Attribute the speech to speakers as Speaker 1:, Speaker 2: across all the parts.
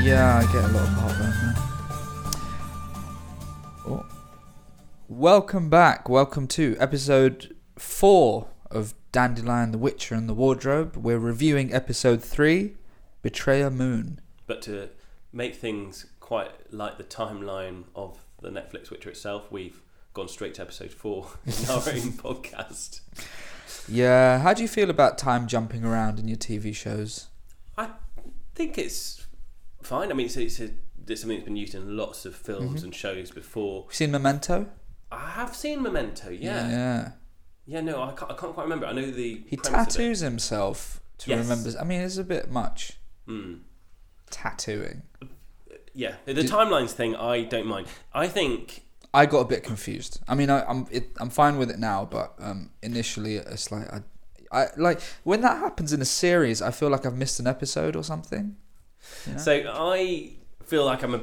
Speaker 1: Yeah, I get a lot of heartburn. now. Oh. Welcome back. Welcome to episode four of Dandelion, The Witcher, and the Wardrobe. We're reviewing episode three, Betrayer Moon.
Speaker 2: But to make things quite like the timeline of the Netflix Witcher itself, we've gone straight to episode four in our own podcast.
Speaker 1: Yeah, how do you feel about time jumping around in your TV shows?
Speaker 2: think it's fine. I mean, it's, it's, a, it's something that's been used in lots of films and shows before.
Speaker 1: You seen Memento?
Speaker 2: I have seen Memento, yeah. Yeah,
Speaker 1: yeah.
Speaker 2: no, I can't, I can't quite remember. I know the.
Speaker 1: He
Speaker 2: premise of it.
Speaker 1: tattoos himself to
Speaker 2: Yes.
Speaker 1: remember. I mean, it's a bit much
Speaker 2: Mm.
Speaker 1: tattooing.
Speaker 2: Yeah, the timelines thing, I don't mind. I think
Speaker 1: I got a bit confused. I mean, I, I'm it, I'm fine with it now, but um, initially it's like I, I like when that happens in a series, I feel like I've missed an episode or something. Yeah.
Speaker 2: So I feel like I'm a,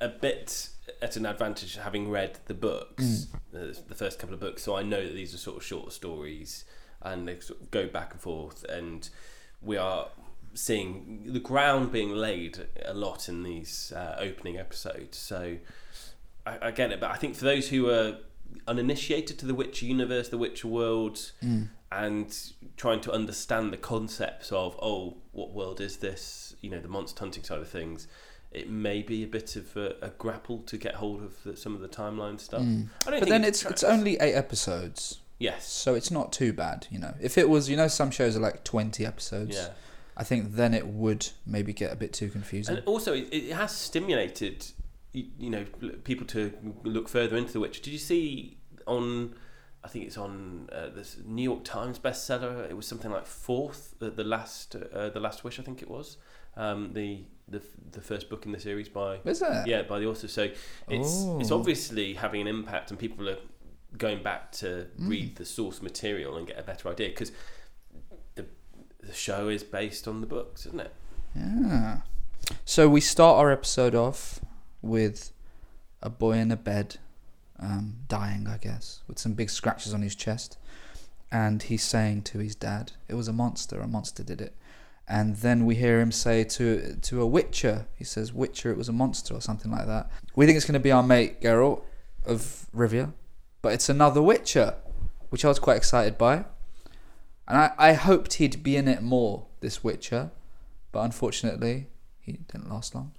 Speaker 2: a bit at an advantage having read the books, the, the first couple of books, so I know that these are sort of short stories and they sort of go back and forth, and we are seeing the ground being laid a lot in these uh, opening episodes. So I, I get it, but I think for those who are uninitiated to the Witcher universe, the Witcher world,
Speaker 1: Mm.
Speaker 2: and trying to understand the concepts of oh, what world is this? You know, the monster hunting side of things. It may be a bit of a, a grapple to get hold of the, some of the timeline stuff. I don't
Speaker 1: Mm. But
Speaker 2: think
Speaker 1: then
Speaker 2: it
Speaker 1: it's it's
Speaker 2: detracts.
Speaker 1: only eight episodes,
Speaker 2: yes,
Speaker 1: so it's not too bad, you know. If it was, you know, some shows are like twenty episodes.
Speaker 2: yeah.
Speaker 1: I think then it would maybe get a bit too confusing.
Speaker 2: And also, it, it has stimulated, you, you know, l- people to look further into The Witcher. Did you see on, I think it's on uh, this New York Times bestseller. It was something like fourth, the, the last, uh, the last wish. I think it was um, the the f- the first book in the series by
Speaker 1: Is it?
Speaker 2: yeah by the author. So it's it's
Speaker 1: Oh.
Speaker 2: obviously having an impact, and people are going back to read the source material and get a better idea because the the show is based on the books, isn't it?
Speaker 1: Yeah. So we start our episode off with a boy in a bed, um, dying, I guess, with some big scratches on his chest. And he's saying to his dad, it was a monster, a monster did it. And then we hear him say to to a witcher, he says, Witcher, it was a monster, or something like that. We think it's going to be our mate Geralt of Rivia, but it's another witcher, which I was quite excited by. And I, I hoped he'd be in it more, this witcher, but unfortunately, he didn't last long.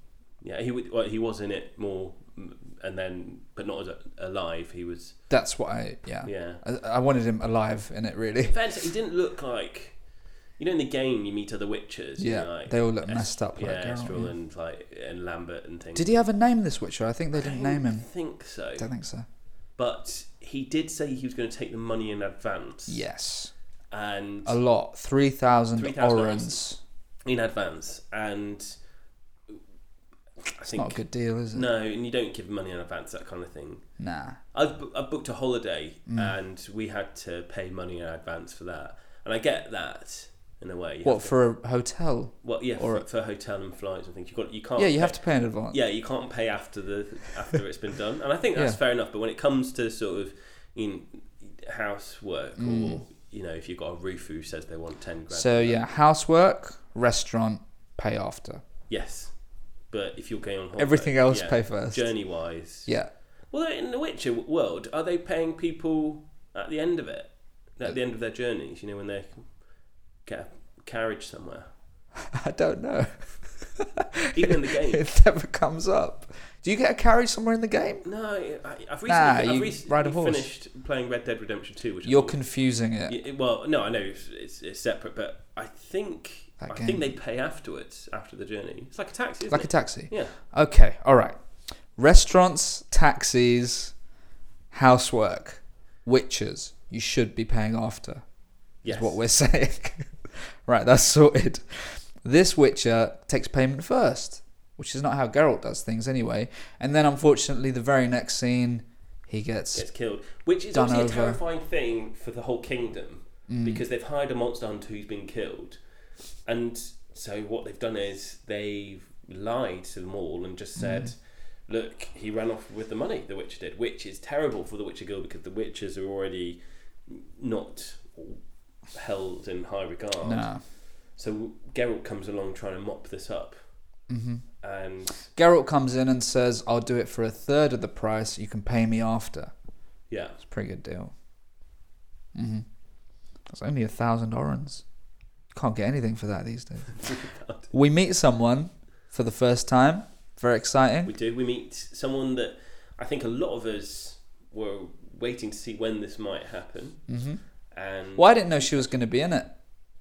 Speaker 2: Yeah, he w- well, he was in it more, mm, and then but not as a- alive. He was
Speaker 1: That's what I yeah.
Speaker 2: yeah.
Speaker 1: I, I wanted him alive in it really.
Speaker 2: Fair to say, he didn't look like you know in the game you meet other witches. and
Speaker 1: Yeah,
Speaker 2: you're like,
Speaker 1: they all look
Speaker 2: Es-
Speaker 1: messed up.
Speaker 2: yeah,
Speaker 1: like, Geralt,
Speaker 2: Estrel
Speaker 1: yeah.
Speaker 2: and like and Lambert and things.
Speaker 1: Did he have a name this Witcher? I think they
Speaker 2: I
Speaker 1: didn't
Speaker 2: don't
Speaker 1: name him.
Speaker 2: Think so,
Speaker 1: Don't think so.
Speaker 2: but he did say he was going to take the money in advance.
Speaker 1: Yes,
Speaker 2: and
Speaker 1: a lot. Three thousand
Speaker 2: 3,000
Speaker 1: orans.
Speaker 2: in advance, and I
Speaker 1: It's
Speaker 2: think
Speaker 1: not a good deal, is it?
Speaker 2: no, and you don't give money in advance that kind of thing.
Speaker 1: Nah.
Speaker 2: I've, bu- I've booked a holiday
Speaker 1: Mm.
Speaker 2: and we had to pay money in advance for that. And I get that in a way. You
Speaker 1: What
Speaker 2: have to-
Speaker 1: for a hotel?
Speaker 2: well, yeah,
Speaker 1: or
Speaker 2: for, for hotel and flights and things. You got you can't.
Speaker 1: yeah, you have
Speaker 2: pay-
Speaker 1: to pay in advance.
Speaker 2: Oh, Yeah, you can't pay after the after it's been done, and I think that's
Speaker 1: Yeah.
Speaker 2: fair enough. But when it comes to sort of in housework or you know if you've got a roof who says they want ten grand.
Speaker 1: Mm. So yeah, housework, restaurant, pay after.
Speaker 2: Yes, but if you're going on holiday,
Speaker 1: Everything else,
Speaker 2: Oh, yeah,
Speaker 1: pay first.
Speaker 2: Journey wise,
Speaker 1: Yeah.
Speaker 2: Well, in the Witcher world, are they paying people at the end of it, at the end of their journeys? You know, when they get a carriage somewhere,
Speaker 1: I don't know.
Speaker 2: even in the game.
Speaker 1: It never comes up. Do you get a carriage somewhere in the game?
Speaker 2: No, I, I've recently,
Speaker 1: Nah,
Speaker 2: I've
Speaker 1: you
Speaker 2: recently
Speaker 1: ride a horse.
Speaker 2: finished playing Red Dead Redemption Two, which I
Speaker 1: You're
Speaker 2: thought-
Speaker 1: confusing it.
Speaker 2: Yeah, well, no, I know it's, it's, it's separate, but I think
Speaker 1: That
Speaker 2: I
Speaker 1: game.
Speaker 2: think they pay afterwards after the journey. It's like a taxi, isn't
Speaker 1: like a
Speaker 2: it?
Speaker 1: taxi.
Speaker 2: yeah,
Speaker 1: Okay, all right. Restaurants, taxis, housework, witches. You should be paying after.
Speaker 2: yes.
Speaker 1: Is what we're saying. right, that's sorted. This witcher takes payment first, which is not how Geralt does things anyway. And then, unfortunately, the very next scene, he gets.
Speaker 2: gets killed, which is
Speaker 1: Done over. Mm.
Speaker 2: obviously a terrifying thing for the whole kingdom because they've hired a monster hunter who's been killed, and so what they've done is they've lied to them all and just said,
Speaker 1: Mm.
Speaker 2: "Look, he ran off with the money. The Witcher did," which is terrible for the Witcher girl because the Witchers are already not held in high regard.
Speaker 1: Nah.
Speaker 2: So Geralt comes along trying to mop this up.
Speaker 1: hmm
Speaker 2: and
Speaker 1: Geralt comes in and says, "I'll do it for a third of the price. You can pay me after."
Speaker 2: yeah,
Speaker 1: It's a pretty good deal. hmm
Speaker 2: Mm-hmm.
Speaker 1: That's only a thousand orans. Can't get anything for that these days. we meet someone for the first time. Very
Speaker 2: we
Speaker 1: exciting.
Speaker 2: do. We meet someone that I think a lot of us were waiting to see when this might happen,
Speaker 1: hmm
Speaker 2: and
Speaker 1: Well, I didn't know she was going to be in it.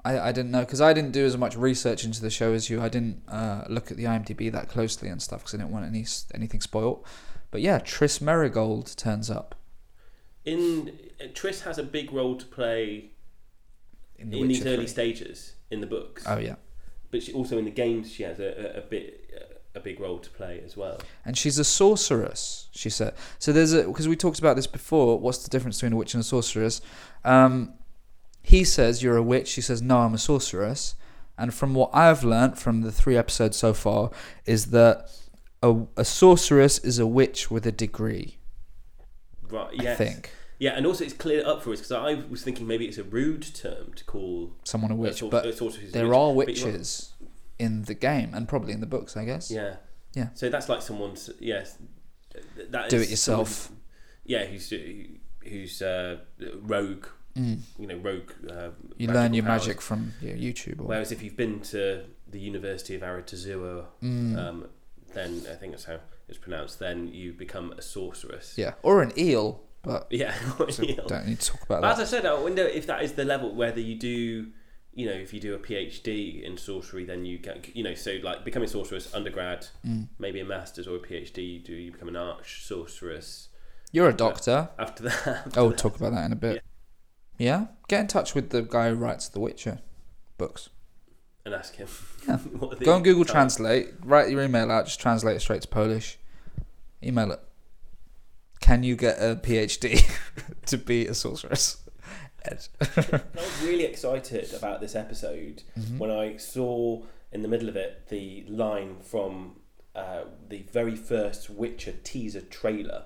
Speaker 1: I, I didn't know because I didn't do as much research into the show as you. I didn't uh, look at the IMDb that closely and stuff because I didn't want any s- anything spoilt. But yeah, Tris Merigold turns up
Speaker 2: in Triss has a big role to play
Speaker 1: in,
Speaker 2: in,
Speaker 1: the
Speaker 2: these
Speaker 1: Witcher
Speaker 2: early
Speaker 1: 3.
Speaker 2: stages in the books,
Speaker 1: Oh yeah,
Speaker 2: but she, also in the games she has a, a, a bit a big role to play as well.
Speaker 1: and she's a sorceress. She said so. There's a because we talked about this before. What's the difference between a witch and a sorceress? Um, he says you're a witch. She says no, I'm a sorceress. And from what I've learnt from the three episodes so far is that a, a sorceress is a witch with a degree.
Speaker 2: Right? Yes.
Speaker 1: I think
Speaker 2: Yeah, and also it's cleared up for us because I was thinking maybe it's a rude term to call
Speaker 1: someone a
Speaker 2: a
Speaker 1: witch,
Speaker 2: sor-
Speaker 1: but
Speaker 2: a sorceress is a
Speaker 1: there
Speaker 2: witch,
Speaker 1: are
Speaker 2: but you're-
Speaker 1: witches in the game and probably in the books, I guess.
Speaker 2: Yeah.
Speaker 1: Yeah.
Speaker 2: So that's like someone's yes. th- That
Speaker 1: Do
Speaker 2: is
Speaker 1: it yourself.
Speaker 2: someone- yeah, who's who's uh, rogue.
Speaker 1: Mm.
Speaker 2: You know, rogue. Uh,
Speaker 1: You
Speaker 2: magical
Speaker 1: learn your
Speaker 2: powers.
Speaker 1: magic from your YouTube. Or,
Speaker 2: Whereas if you've been to the University of Aratuzua,
Speaker 1: Mm.
Speaker 2: um, then I think that's how it's pronounced. Then you become a sorceress.
Speaker 1: yeah, or an eel, but
Speaker 2: Yeah.
Speaker 1: so don't need to talk about
Speaker 2: But
Speaker 1: that.
Speaker 2: as I said, I wonder if that is the level whether you do, you know, if you do a PhD in sorcery, then you get, you know, so like becoming a sorceress, undergrad,
Speaker 1: Mm.
Speaker 2: maybe a master's or a PhD, you do you become an arch sorceress
Speaker 1: You're a doctor.
Speaker 2: after that?
Speaker 1: Oh, we'll talk about that in a bit. Yeah. Get in touch with the guy who writes The Witcher books.
Speaker 2: and ask him.
Speaker 1: Yeah.
Speaker 2: what the
Speaker 1: Go on Google
Speaker 2: time-
Speaker 1: Translate, write your email out, just translate it straight to Polish. Email it. Can you get a PhD to be a sorceress? Ed.
Speaker 2: I was really excited about this episode when I saw in the middle of it the line from uh, the very first Witcher teaser trailer,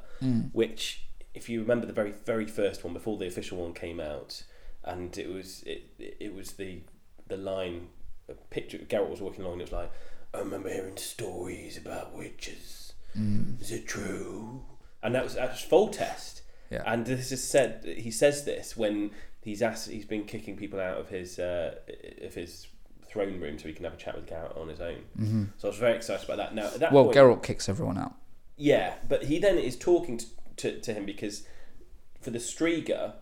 Speaker 2: which, if you remember, the very very first one before the official one came out, and it was it it was the the line a picture Garrett was walking along. And it was like I remember hearing stories about witches. Is it true? And that was that was full test.
Speaker 1: Yeah.
Speaker 2: And this is said. He says this when he's asked. He's been kicking people out of his uh, of his throne room so he can have a chat with Garrett on his own. Mm-hmm. So I was very excited about that. Now at that
Speaker 1: Well,
Speaker 2: point,
Speaker 1: Geralt kicks everyone out.
Speaker 2: yeah, but he then is talking to, to, to him because for the Strieger,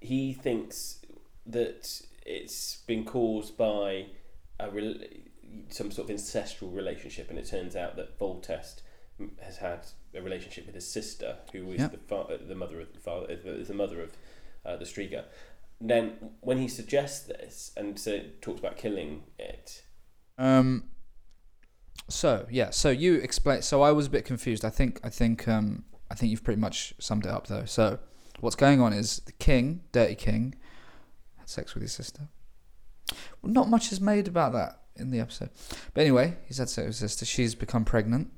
Speaker 2: he thinks that it's been caused by a rel some sort of ancestral relationship, and it turns out that Voltest has had a relationship with his sister, who is
Speaker 1: Yeah.
Speaker 2: the fa- the mother of the father, is the mother of uh, the Strieger. And Then, when he suggests this and so talks about killing it,
Speaker 1: Um. So yeah, so you explain. So I was a bit confused. I think I think um I think you've pretty much summed it up though. So what's going on is the king, Dirty King, had sex with his sister. Well, not much is made about that in the episode, but anyway, he's had sex with his sister. She's become pregnant.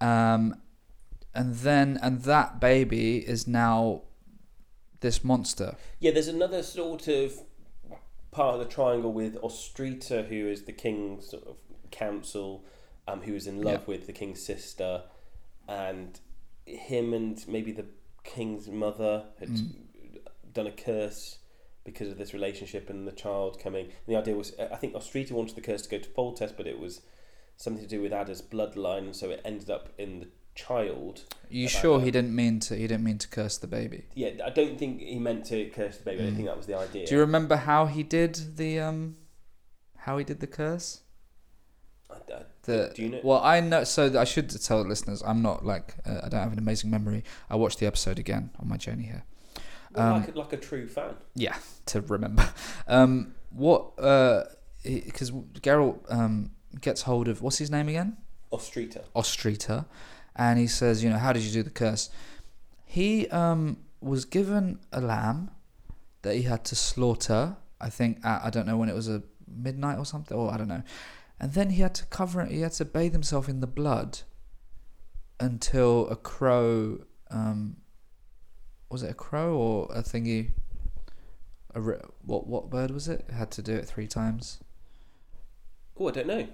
Speaker 1: Um, and then and that baby is now this monster.
Speaker 2: Yeah, there's another sort of part of the triangle with Ostrita, who is the king's sort of council, um, who is in love with the king's sister, and him and maybe the king's mother had
Speaker 1: Mm.
Speaker 2: done a curse because of this relationship and the child coming. And the idea was, uh, I think Ostrita wanted the curse to go to Foltest, but it was something to do with Ada's bloodline, so it ended up in the child.
Speaker 1: you
Speaker 2: About
Speaker 1: sure
Speaker 2: that.
Speaker 1: he didn't mean to? He didn't mean to curse the baby.
Speaker 2: Yeah, I don't think he meant to curse the baby. I
Speaker 1: Mm.
Speaker 2: don't think that was the idea.
Speaker 1: Do you remember how he did the um, how he did the curse?
Speaker 2: I- I-
Speaker 1: The
Speaker 2: Do you know-
Speaker 1: well, I know. So th- I should tell the listeners, I'm not like uh, I don't have an amazing memory. I watched the episode again on my journey here
Speaker 2: Well,
Speaker 1: Um,
Speaker 2: like, a, like a true fan.
Speaker 1: to remember. Um, what because Geralt um gets hold of what's his name again?
Speaker 2: Ostrita.
Speaker 1: Ostrita, and he says, you know, how did you do the curse? He um, was given a lamb that he had to slaughter. I think at, I don't know when it was a midnight or something, or I don't know. And then he had to cover it. He had to bathe himself in the blood until a crow. Um, was it a crow or a thingy? A ri- what what bird was it? Had to do it three times.
Speaker 2: Oh, I don't know.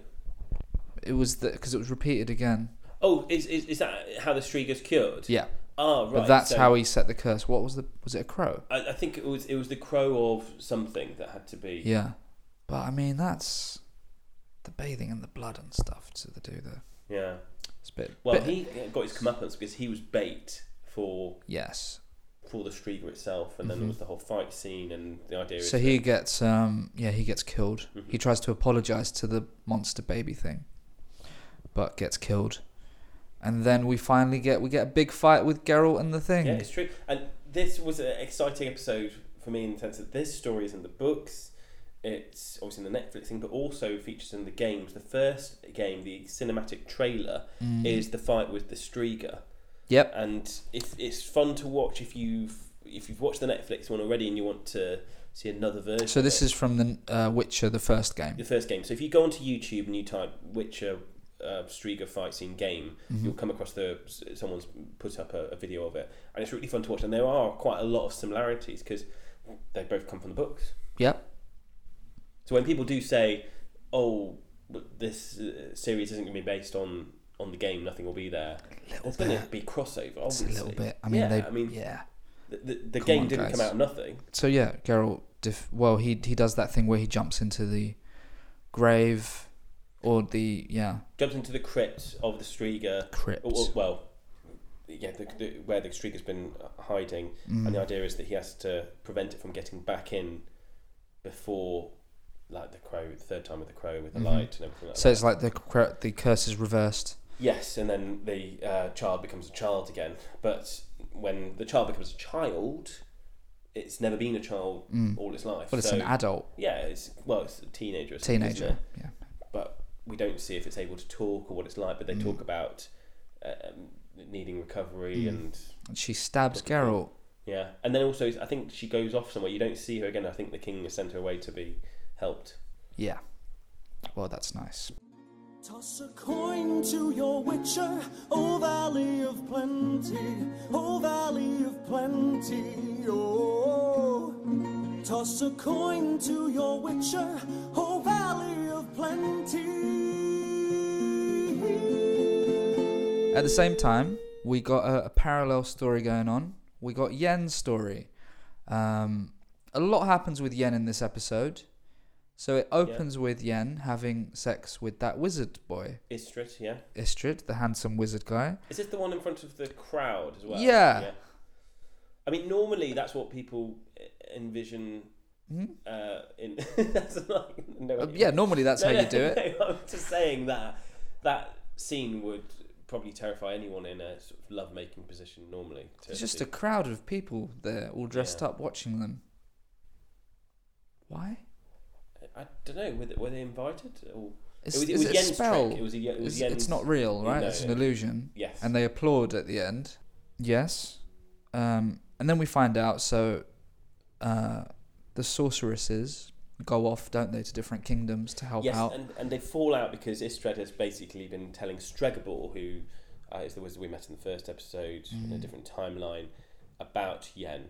Speaker 1: It was because it was repeated again.
Speaker 2: Oh, is, is is that how the Strieger's cured?
Speaker 1: Yeah,
Speaker 2: Ah, right.
Speaker 1: but that's
Speaker 2: so
Speaker 1: how he set the curse. What was the? Was it a crow?
Speaker 2: I, I think it was it was the crow of something that had to be.
Speaker 1: Yeah, but I mean that's the bathing and the blood and stuff to the do the.
Speaker 2: Yeah.
Speaker 1: It's a bit.
Speaker 2: Well,
Speaker 1: bit-
Speaker 2: he got his comeuppance because he was bait for
Speaker 1: yes.
Speaker 2: for the Strieger itself, and then there was the whole fight scene and the idea.
Speaker 1: Mm-hmm. So
Speaker 2: is
Speaker 1: he
Speaker 2: that-
Speaker 1: gets um yeah he gets killed.
Speaker 2: Mhm.
Speaker 1: He tries to apologize to the monster baby thing, but gets killed, and then we finally get we get a big fight with Geralt and the thing.
Speaker 2: Yeah, it's true. And this was an exciting episode for me in the sense that this story is in the books. It's obviously in the Netflix thing, but also features in the games. The first game, the cinematic trailer,
Speaker 1: Mm.
Speaker 2: is the fight with the Strieger.
Speaker 1: Yep.
Speaker 2: and it's it's fun to watch if you've if you've watched the Netflix one already and you want to see another version.
Speaker 1: So this
Speaker 2: of
Speaker 1: is from the uh, Witcher, the first
Speaker 2: it,
Speaker 1: game.
Speaker 2: the first game. So if you go onto YouTube and you type Witcher uh, Strieger fight scene game,
Speaker 1: Mm-hmm.
Speaker 2: you'll come across the s- someone's put up a, a video of it, and it's really fun to watch. And there are quite a lot of similarities because they both come from the books.
Speaker 1: Yep.
Speaker 2: So when people do say, "Oh, but this uh, series isn't going to be based on on the game, nothing will be there,"
Speaker 1: Little
Speaker 2: it's going to
Speaker 1: bit.
Speaker 2: be crossover.
Speaker 1: It's a
Speaker 2: Obviously,
Speaker 1: little bit. I mean,
Speaker 2: yeah,
Speaker 1: they.
Speaker 2: I mean,
Speaker 1: yeah.
Speaker 2: the, the, the
Speaker 1: Come
Speaker 2: game
Speaker 1: on,
Speaker 2: didn't
Speaker 1: guys.
Speaker 2: come out of nothing.
Speaker 1: So yeah, Geralt. Def- well, he he does that thing where he jumps into the grave, or the yeah
Speaker 2: jumps into the crypt of the Strieger.
Speaker 1: crypt.
Speaker 2: Or, or- well, yeah, the, the, where the Strieger's been hiding,
Speaker 1: Mm.
Speaker 2: and the idea is that he has to prevent it from getting back in before, like the crow, the third time with the crow with the
Speaker 1: Mhm.
Speaker 2: light and everything like
Speaker 1: So
Speaker 2: that.
Speaker 1: it's like the cur- the curse is reversed.
Speaker 2: Yes, and then the uh, child becomes a child again. But when the child becomes a child, it's never been a child
Speaker 1: Mm.
Speaker 2: all its life.
Speaker 1: But it's
Speaker 2: so,
Speaker 1: an adult
Speaker 2: yeah, it's well, it's a teenager. or something, isn't it?
Speaker 1: teenager. Yeah.
Speaker 2: but we don't see if it's able to talk or what it's like. But
Speaker 1: Mm.
Speaker 2: they talk about um, needing recovery
Speaker 1: Mm.
Speaker 2: and
Speaker 1: And she stabs
Speaker 2: Probably.
Speaker 1: Geralt.
Speaker 2: yeah, and then also I think she goes off somewhere. You don't see her again. I think the king has sent her away to be helped.
Speaker 1: Yeah. Well, that's nice.
Speaker 3: Toss a coin to your witcher, O Valley of Plenty, O Valley of Plenty, oh. Toss a coin to your witcher, O Valley of Plenty.
Speaker 1: At the same time, we got a, a parallel story going on. We got Yen's story. Um, a lot happens with Yen in this episode. So it opens with Yen having sex with that wizard boy,
Speaker 2: Istrid, yeah.
Speaker 1: Istrid, the handsome wizard guy.
Speaker 2: Is this the one in front of the crowd as well?
Speaker 1: Yeah.
Speaker 2: I mean, normally that's what people uh, envision.
Speaker 1: Mhm.
Speaker 2: Uh, in that's like no.
Speaker 1: Uh, yeah, normally that's how you do it.
Speaker 2: No, I'm just saying that that scene would probably terrify anyone in a sort of lovemaking position normally. To
Speaker 1: It's just
Speaker 2: be-
Speaker 1: a crowd of people there, all dressed
Speaker 2: Yeah.
Speaker 1: up, watching them. Why?
Speaker 2: I don't know. Were they, were they invited or
Speaker 1: It's,
Speaker 2: it was, it
Speaker 1: is
Speaker 2: was
Speaker 1: it a
Speaker 2: Yen's
Speaker 1: spell?
Speaker 2: trick. It was a, it was
Speaker 1: It's-
Speaker 2: Yen's,
Speaker 1: it's not real, right?
Speaker 2: No,
Speaker 1: it's an
Speaker 2: yeah.
Speaker 1: illusion.
Speaker 2: Yes.
Speaker 1: and they applaud at the end. Yes. Um, and then we find out so uh, the sorceresses go off, don't they, to different kingdoms to help
Speaker 2: yes,
Speaker 1: out.
Speaker 2: and and they fall out because Istred has basically been telling Stregobor, who uh, is the wizard we met in the first episode in a
Speaker 1: Mm.
Speaker 2: different timeline, about Yen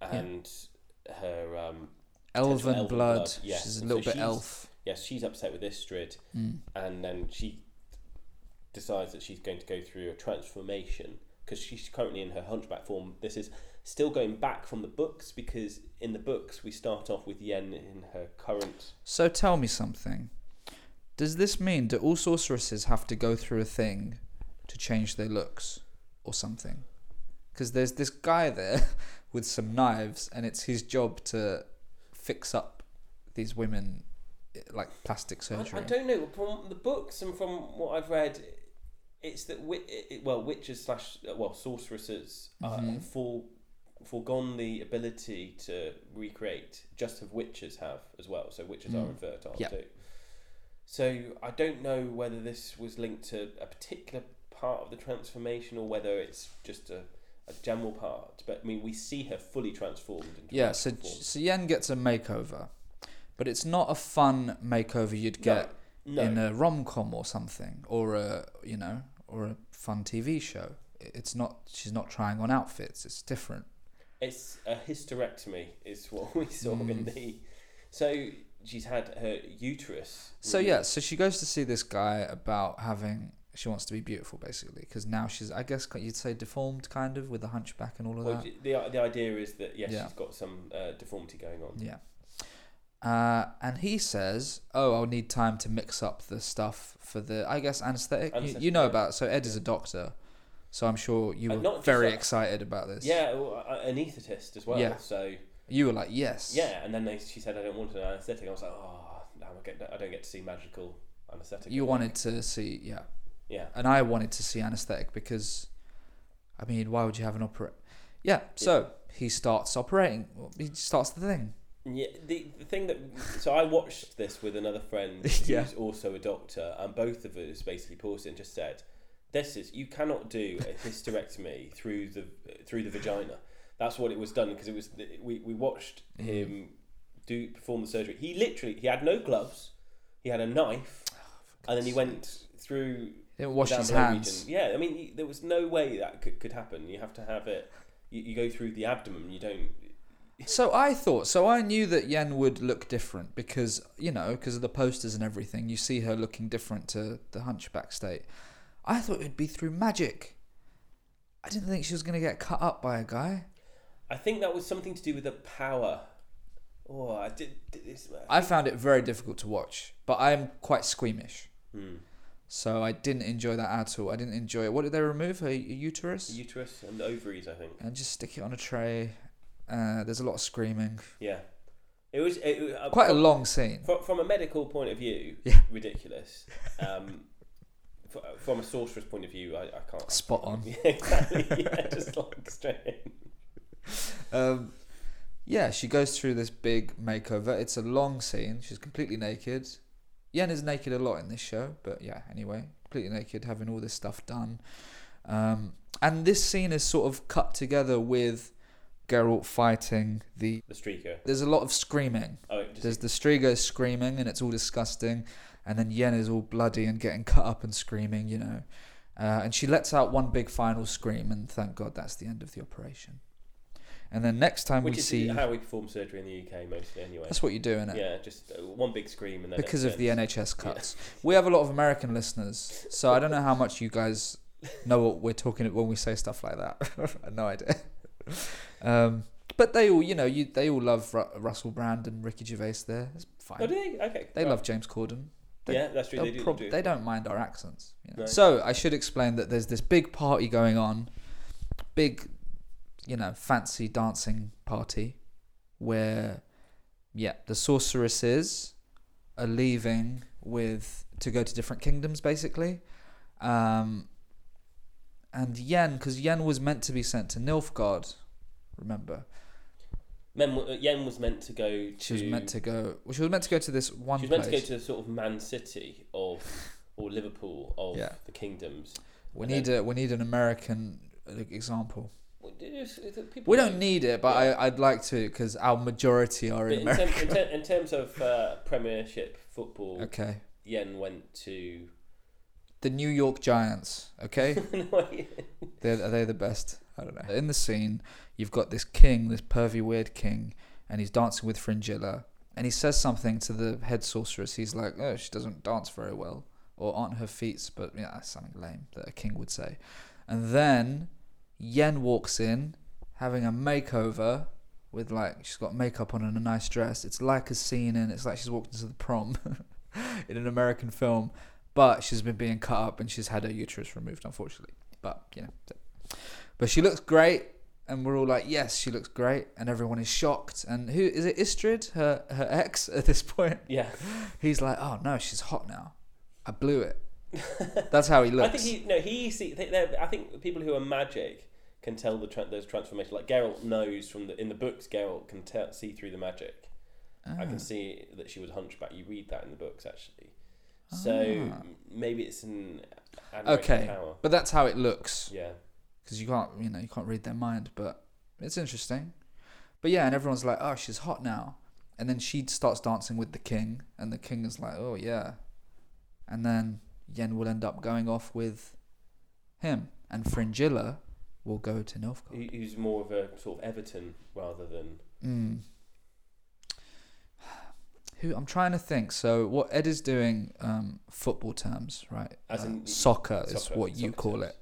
Speaker 2: and her. Um, potential
Speaker 1: elven
Speaker 2: elven
Speaker 1: blood.
Speaker 2: blood, yes.
Speaker 1: She's a
Speaker 2: And
Speaker 1: little
Speaker 2: so
Speaker 1: bit
Speaker 2: she's-
Speaker 1: elf.
Speaker 2: yes, she's upset with Istrid,
Speaker 1: Mm.
Speaker 2: and then she decides that she's going to go through a transformation because she's currently in her hunchback form. This is still going back from the books because in the books we start off with Yen in her current.
Speaker 1: So tell me something. Does this mean do all sorceresses have to go through a thing to change their looks or something? Because there's this guy there with some knives, and it's his job to fix up these women eh, like plastic
Speaker 2: I,
Speaker 1: surgery.
Speaker 2: I don't know from the books and from what I've read, it's that wi- it, well witches slash well sorceresses
Speaker 1: Mm-hmm.
Speaker 2: uh, fall foregone the ability to recreate just as witches have as well so witches are infertile
Speaker 1: Mm. Yeah.
Speaker 2: too so i don't know whether this was linked to a particular part of the transformation or whether it's just a, a general part but i mean we see her fully transformed into
Speaker 1: Yeah,
Speaker 2: a
Speaker 1: so,
Speaker 2: form.
Speaker 1: so Yen gets a makeover, but it's not a fun makeover you'd get
Speaker 2: no,
Speaker 1: in a rom com or something, or a you know, or a fun TV show. I- It's not. She's not trying on outfits. It's different. Mm.
Speaker 2: It's a hysterectomy, is what we saw in the. So she's had her uterus.
Speaker 1: So
Speaker 2: removed.
Speaker 1: yeah, so she goes to see this guy about having. She wants to be beautiful, basically, because now she's, I guess, you'd say deformed, kind of, with a hunchback and all of
Speaker 2: Well,
Speaker 1: that.
Speaker 2: the the idea is that yes,
Speaker 1: Yeah.
Speaker 2: she's got some uh, deformity going on.
Speaker 1: Yeah. Uh, and he says, "Oh, I'll need time to mix up the stuff for the, I guess, anesthetic. You, you
Speaker 2: Anesthetic,
Speaker 1: know
Speaker 2: yeah.
Speaker 1: about. So Ed is a doctor, so I'm sure you
Speaker 2: And not
Speaker 1: were
Speaker 2: just
Speaker 1: very
Speaker 2: that-
Speaker 1: excited about this.
Speaker 2: Yeah, well, a- an anaesthetist as well.
Speaker 1: Yeah.
Speaker 2: So
Speaker 1: You were like, yes.
Speaker 2: yeah, and then they, she said I don't want an anaesthetic. I was like, oh, no, I get- I don't get to see magical anaesthetic.
Speaker 1: You wanted to see, yeah,
Speaker 2: yeah.
Speaker 1: and I wanted to see anesthetic because, I mean, why would you have an opera? Yeah. So he starts operating. Well, He starts the thing.
Speaker 2: Yeah, the, the thing that so I watched this with another friend
Speaker 1: Yeah.
Speaker 2: who's also a doctor, and both of us basically paused it and just said, "This is you cannot do a hysterectomy through the through the vagina." That's what it was done because it was the- we we watched
Speaker 1: Mm-hmm.
Speaker 2: him do perform the surgery. He literally he had no gloves, he had a knife,
Speaker 1: Oh,
Speaker 2: and then he went through.
Speaker 1: He didn't wash
Speaker 2: down
Speaker 1: his
Speaker 2: below
Speaker 1: hands.
Speaker 2: region. Yeah, I mean you, there was no way that could, could happen. You have to have it. You, you go through the abdomen. You don't.
Speaker 1: So I thought, so I knew that Yen would look different because, you know, because of the posters and everything, you see her looking different to the hunchback state. I thought it'd be through magic. I didn't think she was going to get cut up by a guy.
Speaker 2: I think that was something to do with the power. Oh, I did, did this.
Speaker 1: I found it very difficult to watch, but I'm quite squeamish.
Speaker 2: Hmm.
Speaker 1: So I didn't enjoy that at all. I didn't enjoy it. What did they remove? Her uterus?
Speaker 2: uterus and ovaries, I think.
Speaker 1: and just stick it on a tray. Uh, there's a lot of screaming.
Speaker 2: Yeah, it was it, it- uh,
Speaker 1: Quite a
Speaker 2: from,
Speaker 1: long scene.
Speaker 2: from, from a medical point of view.
Speaker 1: Yeah.
Speaker 2: ridiculous. Um, f- uh, from a sorcerer's point of view, I, I can't.
Speaker 1: Spot on.
Speaker 2: Yeah, exactly. Yeah, just like straight in.
Speaker 1: um, yeah, she goes through this big makeover. It's a long scene. She's completely naked. Yen is naked a lot in this show, but yeah, anyway, completely naked, having all this stuff done. Um, and this scene is sort of cut together with Geralt fighting the.
Speaker 2: The streaker.
Speaker 1: There's a lot of screaming.
Speaker 2: Oh, it just,
Speaker 1: There's the Strigo screaming, and it's all disgusting. And then Yen is all bloody and getting cut up and screaming, you know. Uh, and she lets out one big final scream, and thank God that's the end of the operation. And then next time
Speaker 2: which
Speaker 1: we
Speaker 2: is
Speaker 1: see,
Speaker 2: how we perform surgery in the UK mostly, anyway.
Speaker 1: that's what you do, innit?
Speaker 2: Yeah, just uh, one big scream and then
Speaker 1: because
Speaker 2: that's
Speaker 1: of
Speaker 2: it.
Speaker 1: the NHS cuts. We have a lot of American listeners, so I don't know how much you guys know what we're talking when we say stuff like that. I have no idea. Um, but they all, you know, you they all love Ru- Russell Brand and Ricky Gervais. There, it's fine.
Speaker 2: Oh, do they? Okay.
Speaker 1: They
Speaker 2: right.
Speaker 1: love James Corden. They,
Speaker 2: Yeah, that's true.
Speaker 1: they'll
Speaker 2: They do.
Speaker 1: prob-
Speaker 2: do.
Speaker 1: they don't mind our accents. You know?
Speaker 2: No.
Speaker 1: So I should explain that there's this big party going on, big, you know, fancy dancing party, where, yeah, the sorceresses are leaving with to go to different kingdoms, basically. Um, and Yen, because Yen was meant to be sent to Nilfgaard, remember?
Speaker 2: Men, uh, Yen was meant to go. To,
Speaker 1: She was meant to go. Well, she was meant to go to this one
Speaker 2: She was
Speaker 1: place.
Speaker 2: meant to go to the sort of Man City of or Liverpool of
Speaker 1: Yeah.
Speaker 2: the kingdoms.
Speaker 1: we
Speaker 2: and
Speaker 1: need a we need an American uh, example.
Speaker 2: Well, it is- it's- people
Speaker 1: We
Speaker 2: know.
Speaker 1: don't need it, but I, I'd like to because our majority are
Speaker 2: But
Speaker 1: in
Speaker 2: in, term,
Speaker 1: America.
Speaker 2: in, ter- in terms of uh, Premiership football,
Speaker 1: Okay.
Speaker 2: Yen went to.
Speaker 1: The New York Giants, okay?
Speaker 2: No, yeah.
Speaker 1: They're, are they the best? I don't know. In the scene, you've got this king, this pervy weird king, and he's dancing with Fringilla. And he says something to the head sorceress. He's like, oh, she doesn't dance very well. Or aren't her feet, but yeah, that's something lame that a king would say. And then Yen walks in, having a makeover with like, she's got makeup on and a nice dress. It's like a scene in, it's like she's walked into the prom in an American film. But she's been being cut up and she's had her uterus removed, unfortunately. But, you know, but she looks great, and we're all like, "Yes, she looks great," and everyone is shocked. And who is it? Istrid, her her ex at this point.
Speaker 2: yeah.
Speaker 1: He's like, "Oh no, she's hot now. I blew it." That's how he
Speaker 2: I
Speaker 1: looks.
Speaker 2: think he, no, he see. they- they're- I think people who are magic can tell the tra- those transformations. Like Geralt knows from the in the books, Geralt can tell see through the magic. I
Speaker 1: Ah.
Speaker 2: can see that she was a hunchback. You read that in the books, actually. So
Speaker 1: Ah.
Speaker 2: m- maybe it's an adoration
Speaker 1: okay,
Speaker 2: power.
Speaker 1: but that's how it looks
Speaker 2: Yeah,
Speaker 1: because you can't you know you can't read their mind, but it's interesting. But yeah, and everyone's like, "Oh, she's hot now," and then she starts dancing with the king, and the king is like, "Oh yeah," and then Yen will end up going off with him, and Fringilla will go to Nilfgaard.
Speaker 2: Who- who's more of a sort of Everton rather than
Speaker 1: Mm. Hmm. who I'm trying to think. So what Ed is doing, um, football terms, right?
Speaker 2: As
Speaker 1: Uh,
Speaker 2: in-
Speaker 1: soccer is
Speaker 2: soccer,
Speaker 1: what you
Speaker 2: soccer
Speaker 1: call
Speaker 2: terms.
Speaker 1: it.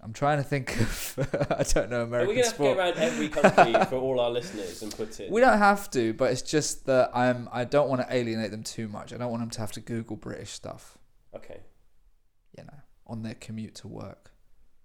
Speaker 1: I'm trying to think of. I don't know
Speaker 2: Are we
Speaker 1: American
Speaker 2: going to have to go
Speaker 1: sport.
Speaker 2: around every country for all our listeners and put in?
Speaker 1: We don't have to, but it's just that I'm. I don't want to alienate them too much. I don't want them to have to Google British stuff,
Speaker 2: Okay.
Speaker 1: you know, on their commute to work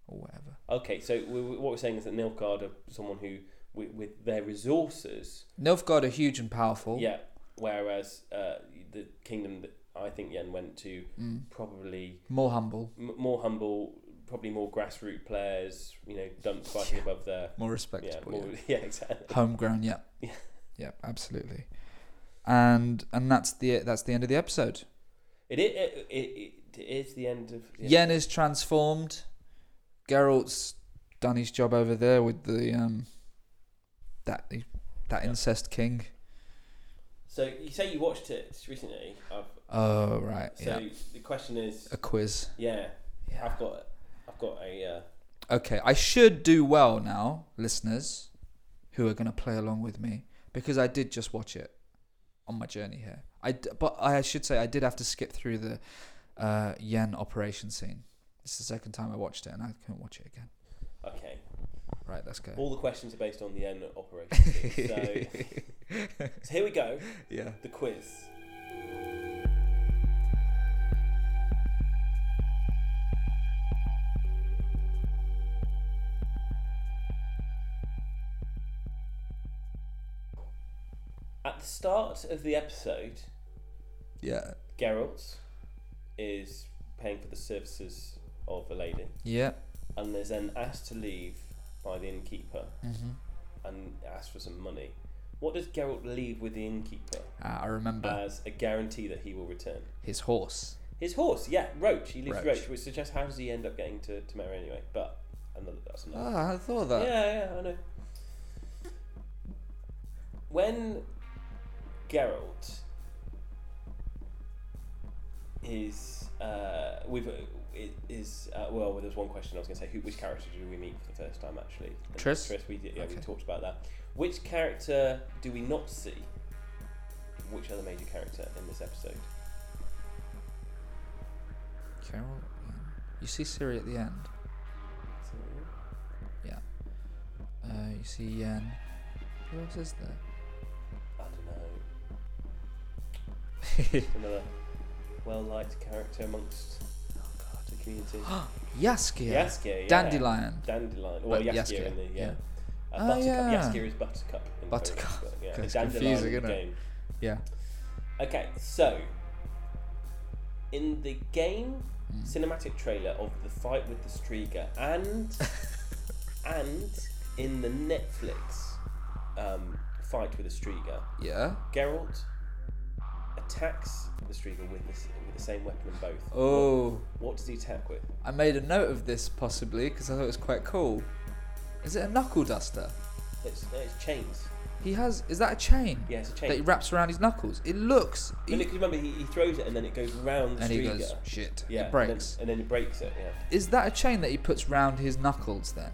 Speaker 1: or whatever.
Speaker 2: Okay, so we, we- what we're saying is that Nilfgaard are someone who, with, with their resources,
Speaker 1: Nilfgaard are huge and powerful.
Speaker 2: yeah, whereas uh, the kingdom that I think Yen went to probably
Speaker 1: Mm. More humble,
Speaker 2: m- more humble, probably more grassroots players, you know, don't fighting above their.
Speaker 1: more
Speaker 2: Yeah,
Speaker 1: respectable.
Speaker 2: more,
Speaker 1: yeah.
Speaker 2: yeah, exactly.
Speaker 1: homegrown yeah
Speaker 2: Yeah.
Speaker 1: yeah absolutely and and that's the that's the end of the episode
Speaker 2: It, it, it, it, it is the end of.
Speaker 1: yen is transformed Geralt's done his job over there with the um that that
Speaker 2: Yeah.
Speaker 1: incest king
Speaker 2: So you say you watched it recently. I've,
Speaker 1: oh right
Speaker 2: so
Speaker 1: yeah
Speaker 2: the question is,
Speaker 1: a quiz
Speaker 2: yeah,
Speaker 1: yeah
Speaker 2: I've got, I've got a. Uh,
Speaker 1: okay i should do well now listeners who are going to play along with me because i did just watch it on my journey here i d- but i should say i did have to skip through the uh yen operation scene it's the second time i watched it and i couldn't watch it again
Speaker 2: okay,
Speaker 1: right let's go
Speaker 2: all the questions are based on the end operation. so, so here we go.
Speaker 1: yeah
Speaker 2: The quiz. At the start of the episode,
Speaker 1: yeah
Speaker 2: Geralt is paying for the services of a lady
Speaker 1: yeah
Speaker 2: and is then asked to leave by the innkeeper
Speaker 1: mm-hmm.
Speaker 2: and asked for some money. What does Geralt leave with the innkeeper?
Speaker 1: ah, i remember
Speaker 2: as a guarantee that he will return.
Speaker 1: his horse
Speaker 2: His horse, yeah, Roach. He leaves
Speaker 1: Roach.
Speaker 2: Roach, which suggests how does he end up getting to, to Mary anyway? But another, that's another.
Speaker 1: ah i thought that
Speaker 2: yeah, yeah, I know. When Geralt is uh, we've uh, i- is uh, well, there's one question I was going to say. Who, which character do we meet for the first time? Actually, And
Speaker 1: Triss?
Speaker 2: Triss, we did, yeah, we
Speaker 1: Okay.
Speaker 2: talked about that. Which character do we not see? Which other major character in this episode?
Speaker 1: Carol, yeah. you see siri at the end yeah uh you see yen who else is there
Speaker 2: I don't know. Just another well liked character amongst
Speaker 1: Oh,
Speaker 2: the community.
Speaker 1: Yaskia.
Speaker 2: Yaskier, yeah.
Speaker 1: Dandelion.
Speaker 2: Dandelion.
Speaker 1: But
Speaker 2: Well, Yaskier,
Speaker 1: Yaskier,
Speaker 2: in the, yeah.
Speaker 1: yeah.
Speaker 2: Uh,
Speaker 1: Ah,
Speaker 2: Buttercup.
Speaker 1: yeah.
Speaker 2: Yaskier is Buttercup. In the
Speaker 1: Buttercup.
Speaker 2: Pokemon, but, yeah.
Speaker 1: It's
Speaker 2: A Dandelion
Speaker 1: confusing,
Speaker 2: in the
Speaker 1: isn't
Speaker 2: game.
Speaker 1: Yeah.
Speaker 2: Okay, so in the game
Speaker 1: Mm.
Speaker 2: cinematic trailer of the fight with the Striga and and in the Netflix um, fight with the Striga,
Speaker 1: Yeah.
Speaker 2: Geralt attacks the Striga with the, s- with the same weapon in both.
Speaker 1: Oh,
Speaker 2: What does he attack with?
Speaker 1: I made a note of this possibly because I thought it was quite cool. Is it a knuckle duster?
Speaker 2: It's, no, it's chains.
Speaker 1: He has. Is that a chain?
Speaker 2: Yeah, it's a chain.
Speaker 1: That he wraps around his knuckles. It looks.
Speaker 2: No, no, 'cause remember, he, he throws it and then it goes round the
Speaker 1: and he
Speaker 2: Striga.
Speaker 1: goes shit.
Speaker 2: yeah,
Speaker 1: it
Speaker 2: and then-
Speaker 1: breaks.
Speaker 2: And then, he breaks it, yeah.
Speaker 1: Is that a chain that he puts round his knuckles then?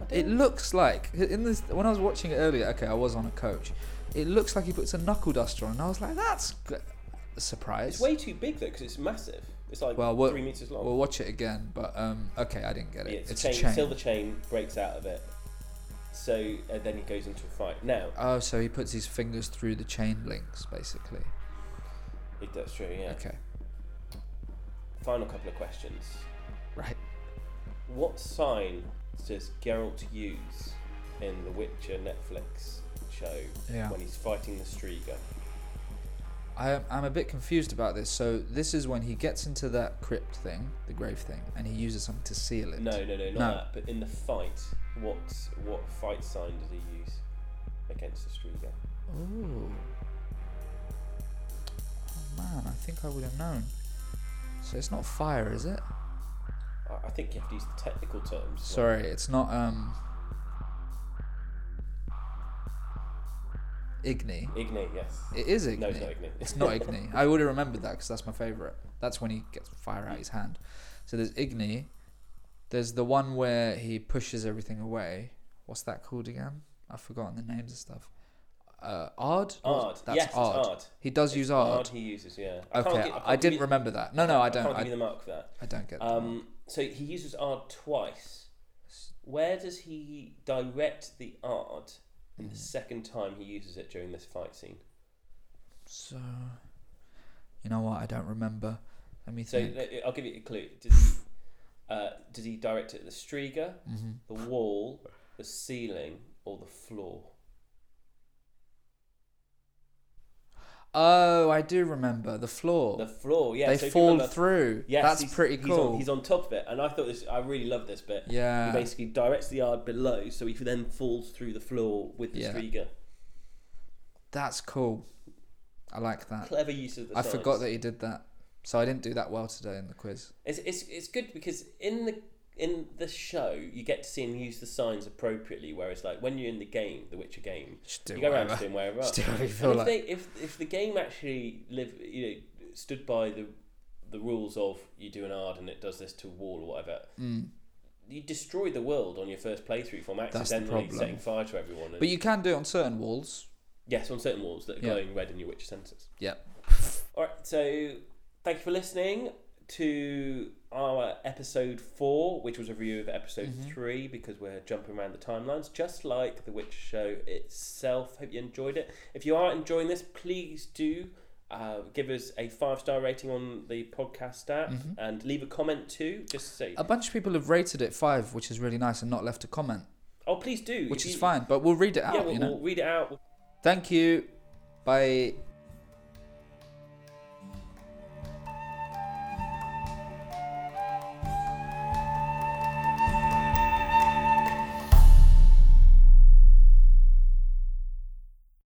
Speaker 2: I don't
Speaker 1: It looks like in this when I was watching it earlier. Okay, I was on a coach. It looks like he puts a knuckle duster on. And I was like, that's g- a surprise.
Speaker 2: It's way too big though, because it's massive. It's like
Speaker 1: Well, we'll-
Speaker 2: three meters long.
Speaker 1: We'll watch it again, but um, okay, I didn't get it.
Speaker 2: yeah, it's, a chain,
Speaker 1: a chain.
Speaker 2: Silver chain breaks out of it. So uh, then he goes into a fight. Now
Speaker 1: Oh, so he puts his fingers through the chain links, basically.
Speaker 2: it- that's true. Yeah.
Speaker 1: Okay,
Speaker 2: Final couple of questions.
Speaker 1: right.
Speaker 2: What sign does Geralt use in the Witcher Netflix show
Speaker 1: Yeah.
Speaker 2: when he's fighting the Striga?
Speaker 1: I, I'm a bit confused about this. So this is when he gets into that crypt thing, the grave thing, and he uses something to seal it.
Speaker 2: No, no, no, not
Speaker 1: No.
Speaker 2: that. But in the fight, what what fight sign does he use against the Striga?
Speaker 1: Ooh. Oh man, I think I would have known. So it's not fire, is it?
Speaker 2: I, I think you have to use the technical terms. as well.
Speaker 1: Sorry, it's not um. Igni.
Speaker 2: Igni, yes.
Speaker 1: It is Igni.
Speaker 2: No, it's not Igni.
Speaker 1: It's not Igni. I would have remembered that because that's my favourite. That's when he gets fire out his hand. So there's Igni. There's the one where he pushes everything away. What's that called again? I've forgotten the names of stuff. uh, Ard.
Speaker 2: Ard.
Speaker 1: That's
Speaker 2: yes, it's
Speaker 1: Ard.
Speaker 2: Ard.
Speaker 1: He does use Ard.
Speaker 2: he uses, yeah. I can't
Speaker 1: Okay,
Speaker 2: get- I, can't
Speaker 1: I
Speaker 2: give
Speaker 1: didn't
Speaker 2: you-
Speaker 1: remember that. No, no, I don't.
Speaker 2: I can't give you
Speaker 1: I,
Speaker 2: the mark for that.
Speaker 1: I don't get. that.
Speaker 2: Um, so he uses ard twice. Where does he direct the ard in
Speaker 1: Mm.
Speaker 2: the second time he uses it during this fight scene?
Speaker 1: so, you know what? I don't remember. Let me
Speaker 2: So
Speaker 1: think.
Speaker 2: uh, I'll give you a clue. Does he, uh, does he direct it at the strega,
Speaker 1: Mm-hmm.
Speaker 2: the wall, the ceiling, or the floor?
Speaker 1: oh, I do remember the floor.
Speaker 2: The floor, yeah.
Speaker 1: they
Speaker 2: so if you
Speaker 1: fall
Speaker 2: remember-
Speaker 1: through.
Speaker 2: Yes,
Speaker 1: that's
Speaker 2: he's-
Speaker 1: pretty
Speaker 2: he's on-
Speaker 1: cool.
Speaker 2: He's on, top of it, and I thought this. I really love this bit.
Speaker 1: yeah.
Speaker 2: He basically directs the ard below, so he then falls through the floor with the
Speaker 1: Yeah.
Speaker 2: strega.
Speaker 1: That's cool. I like that.
Speaker 2: Clever use of the.
Speaker 1: I
Speaker 2: science.
Speaker 1: forgot that he did that. So I didn't do that well today in the quiz.
Speaker 2: It's, it's, it's good because in the in the show you get to see him use the signs appropriately, whereas like when you're in the game, the Witcher game,
Speaker 1: Just do
Speaker 2: you go around
Speaker 1: whatever.
Speaker 2: just doing wherever.
Speaker 1: Just do whatever you
Speaker 2: And
Speaker 1: feel
Speaker 2: if
Speaker 1: like.
Speaker 2: they if if the game actually live you know stood by the the rules of you do an ard and it does this to a wall or whatever. You destroy the world on your first playthrough from
Speaker 1: Mm. the
Speaker 2: accidentally
Speaker 1: problem.
Speaker 2: setting fire to everyone. And,
Speaker 1: But you can do it on certain walls.
Speaker 2: yes, on certain walls that are
Speaker 1: Yeah.
Speaker 2: glowing red in your Witcher senses.
Speaker 1: Yep.
Speaker 2: All right, so thank you for listening to our episode four, which was a review of episode
Speaker 1: Mm-hmm.
Speaker 2: three because we're jumping around the timelines, just like The Witch Show itself. Hope you enjoyed it. If you are enjoying this, please do. Uh, give us a five star rating on the podcast app
Speaker 1: Mm-hmm.
Speaker 2: and leave a comment too. Just say,
Speaker 1: A bunch of people have rated it five, which is really nice, and not left a comment,
Speaker 2: oh, please do.
Speaker 1: which
Speaker 2: If
Speaker 1: is
Speaker 2: you-
Speaker 1: fine. But we'll read it
Speaker 2: Yeah,
Speaker 1: out.
Speaker 2: we'll,
Speaker 1: you know.
Speaker 2: we'll read it out.
Speaker 1: Thank you. Bye.